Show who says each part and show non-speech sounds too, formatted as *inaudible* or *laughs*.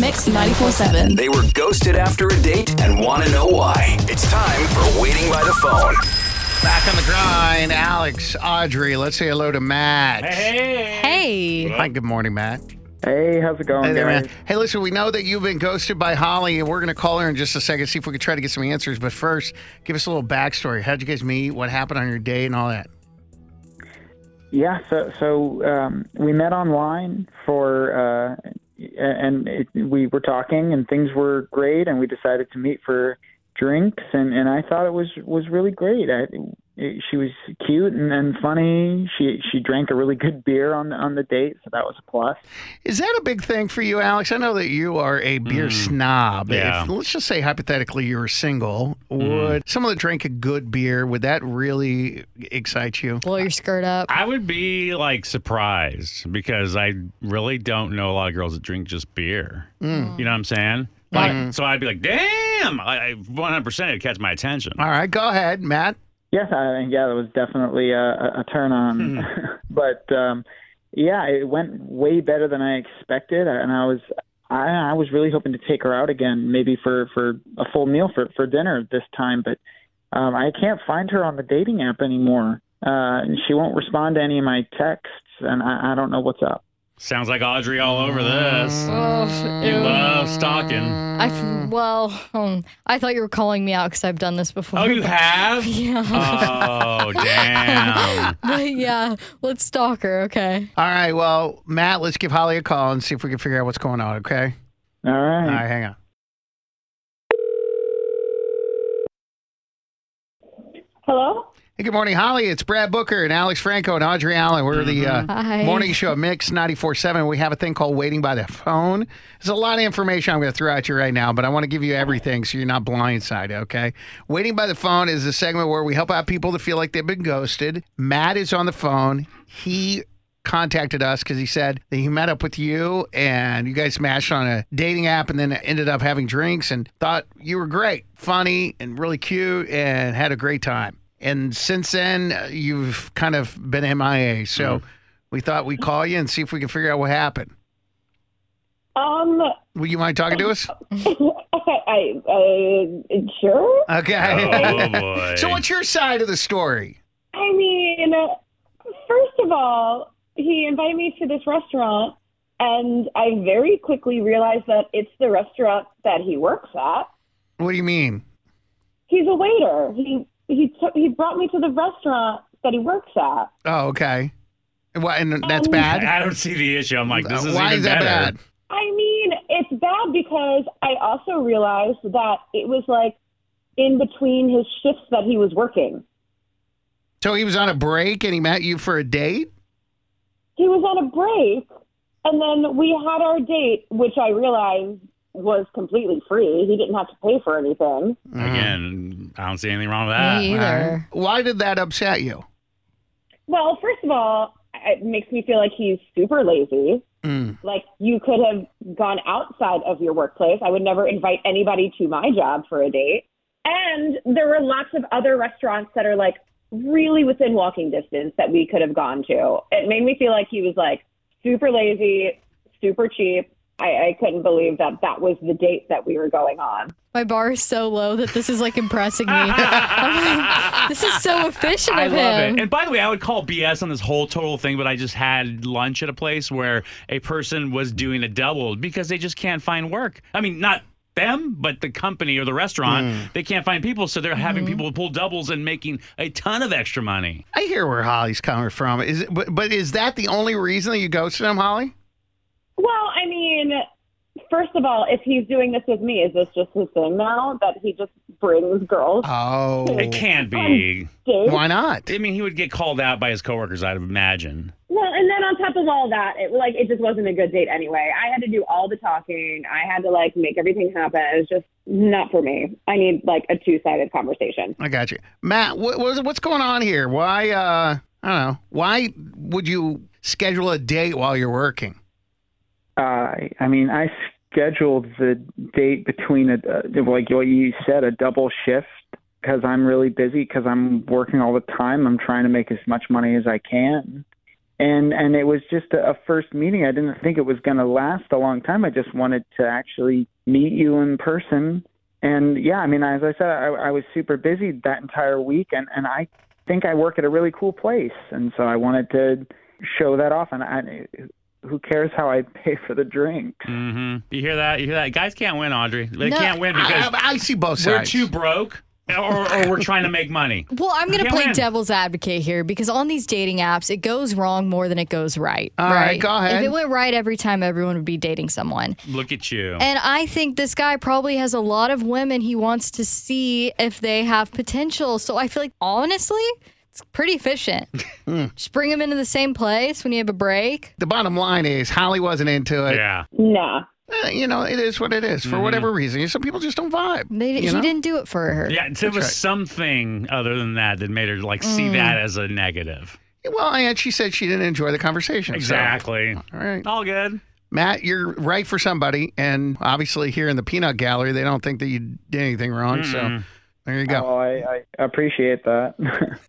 Speaker 1: Mix 94.7.
Speaker 2: They were ghosted after a date and want to know why. It's time for Waiting by the Phone.
Speaker 3: Back on the grind, Alex, Audrey. Let's say hello to Matt.
Speaker 1: Hey.
Speaker 3: Hi, good morning, Matt.
Speaker 4: Hey, how's it going,
Speaker 3: Hey there,
Speaker 4: guys?
Speaker 3: man. Hey, listen, we know that you've been ghosted by Holly, and we're going to call her in just a second, see if we can try to get some answers. But first, give us a little backstory. How'd you guys meet? What happened on your date and all that?
Speaker 4: Yeah, so so um, we met online for, uh, and it, we were talking, and things were great, and we decided to meet for drinks, and and I thought it was was really great. I, it, she was cute and, and funny. She she drank a really good beer on the, on the date, so that was a plus.
Speaker 3: Is that a big thing for you, Alex? I know that you are a beer snob.
Speaker 5: Yeah.
Speaker 3: If, let's just say hypothetically you were single. Would someone that drank a good beer, would that really excite you?
Speaker 1: Blow your skirt up.
Speaker 5: I would be like surprised because I really don't know a lot of girls that drink just beer.
Speaker 3: Mm.
Speaker 5: You know what I'm saying? Like, so I'd be like, damn, I, I 100% it'd catch my attention.
Speaker 3: All right, go ahead, Matt.
Speaker 4: Yes, I, yeah, that was definitely a, a- a turn on. *laughs* but um, yeah, it went way better than I expected, and I was I, I was really hoping to take her out again, maybe for for a full meal for for dinner this time. But um, I can't find her on the dating app anymore. Uh, and she won't respond to any of my texts, and I, I don't know what's up.
Speaker 5: Sounds like Audrey all over this.
Speaker 1: Oh,
Speaker 5: You
Speaker 1: ew.
Speaker 5: love stalking.
Speaker 1: I
Speaker 3: Mm.
Speaker 1: f- well, um, I thought you were calling me out because I've done this before. *laughs*
Speaker 5: Oh, you
Speaker 1: but-
Speaker 3: *laughs*
Speaker 5: have?
Speaker 1: Yeah.
Speaker 5: Oh, damn.
Speaker 1: But *laughs* yeah. Let's stalk her. Okay.
Speaker 3: All right, well, Matt, let's give Holly a call and see if we can figure out what's going on, okay?
Speaker 4: All right.
Speaker 3: All right, hang on.
Speaker 6: Hello?
Speaker 3: Hey, good morning, Holly. It's Brad Booker and Alex Franco and Audrey Allen. We're the uh,
Speaker 1: Hi.
Speaker 3: morning show at Mix 94.7. We have a thing called Waiting by the Phone. There's a lot of information I'm going to throw at you right now, but I want to give you everything so you're not blindsided, okay? Waiting by the Phone is a segment where we help out people that feel like they've been ghosted. Matt is on the phone. He contacted us because he said that he met up with you and you guys matched on a dating app and then ended up having drinks and thought you were great, funny, and really cute and had a great time. And since then, uh, you've kind of been MIA. So we thought we'd call you and see if we can figure out what happened.
Speaker 6: Um, *laughs*
Speaker 3: Would you mind talking to
Speaker 5: *laughs*
Speaker 3: us?
Speaker 6: I, I, sure?
Speaker 3: Okay.
Speaker 5: Oh, boy.
Speaker 3: so, what's your side of the story?
Speaker 6: I mean, first of all, he invited me to this restaurant, and I very quickly realized that it's the restaurant that he works at.
Speaker 3: What do you mean?
Speaker 6: He's a waiter. He, he, took, he brought me to the restaurant that he works at.
Speaker 3: Oh, okay. And What, and that's
Speaker 6: Um,
Speaker 3: bad?
Speaker 5: I don't see the issue. I'm like, this is
Speaker 3: Why
Speaker 5: even
Speaker 3: is that
Speaker 5: better.
Speaker 3: bad?
Speaker 6: I mean, it's bad because I also realized that it was like in between his shifts that he was working.
Speaker 3: So, he was on a break and he met you for a date?
Speaker 6: he was on a break and then we had our date which i realized was completely free he didn't have to pay for anything
Speaker 5: Again, I don't see anything wrong with that.
Speaker 1: me either.
Speaker 3: Why did that upset you?
Speaker 6: well first of all it makes me feel like he's super lazy
Speaker 3: Mm.
Speaker 6: like you could have gone outside of your workplace i would never invite anybody to my job for a date and there were lots of other restaurants that are like really within walking distance that we could have gone to it made me feel like he was like super lazy super cheap I, I couldn't believe that that was the date that we were going on.
Speaker 1: My bar is so low that this is like
Speaker 5: *laughs*
Speaker 1: impressing me.
Speaker 3: *laughs*
Speaker 1: I'm like, this is so efficient
Speaker 5: I
Speaker 1: of
Speaker 5: love
Speaker 1: him.
Speaker 5: it. And by the way, I would call BS on this whole total thing, but I just had lunch at a place where a person was doing a double because they just can't find work. I mean, not them, but the company or the restaurant, they can't find people, so they're having
Speaker 1: Mm-hmm.
Speaker 5: people pull doubles and making a ton of extra money.
Speaker 3: I hear where Holly's coming from. Is it, but, but is that the only reason that you ghosted him, Holly?
Speaker 6: Well, I mean, first of all, if he's doing this with me, is this just his thing now that he just brings girls
Speaker 3: Oh,
Speaker 5: It can't
Speaker 1: Um,
Speaker 5: be.
Speaker 6: dates.
Speaker 3: why not?
Speaker 5: I mean, he would get called out by his coworkers, I'd imagine.
Speaker 6: Well, and then on top of all that, it like it just wasn't a good date anyway. I had to do all the talking. I had to like make everything happen. It was just not for me. I need like a two sided conversation.
Speaker 3: I got you, Matt. What, what, what's going on here? Why? uh I don't know. Why would you schedule a date while you're working?
Speaker 4: Uh, I mean, I scheduled the date between a uh, like what you said, a double shift because I'm really busy because I'm working all the time. I'm trying to make as much money as I can, and and it was just a, a first meeting. I didn't think it was going to last a long time. I just wanted to actually meet you in person. And yeah, I mean, as I said, I, I was super busy that entire week, and and I think I work at a really cool place, and so I wanted to show that off. And I, who cares how I pay for the drinks?
Speaker 5: hmm You hear that? You hear that? Guys can't win, Audrey. They
Speaker 1: No,
Speaker 5: can't win
Speaker 3: *laughs* I,
Speaker 5: because
Speaker 3: I- I see both
Speaker 5: we're
Speaker 3: sides.
Speaker 5: too broke or, or we're trying to make money.
Speaker 1: Well, I'm going to
Speaker 5: Yeah,
Speaker 1: play
Speaker 5: man.
Speaker 1: devil's advocate here because on these dating apps, it goes wrong more than it goes right.
Speaker 3: All right, go
Speaker 1: If
Speaker 3: ahead.
Speaker 1: it went right every time, everyone would be dating someone.
Speaker 5: Look at you.
Speaker 1: And I think this guy probably has a lot of women he wants to see if they have potential. So I feel like, honestly, it's pretty
Speaker 3: *laughs*
Speaker 1: efficient.
Speaker 3: Hmm.
Speaker 1: Just bring them into the same place when you have a break.
Speaker 3: the bottom line is Holly wasn't into it.
Speaker 5: yeah.
Speaker 6: Nah.
Speaker 3: Eh, you know, it is what it is for whatever reason. Some people just don't vibe.
Speaker 1: They,
Speaker 3: you
Speaker 1: she
Speaker 3: know?
Speaker 1: didn't do it for her.
Speaker 5: Yeah, it was
Speaker 3: right.
Speaker 5: something other than that that made her like see that as a negative.
Speaker 3: Well, and she said she didn't enjoy the conversation. so-
Speaker 5: Exactly.
Speaker 3: All right.
Speaker 5: All good.
Speaker 3: Matt, you're right for somebody. And obviously, here in the peanut gallery, they don't think that you did anything wrong. So there you go.
Speaker 4: Oh, I, I appreciate that. *laughs*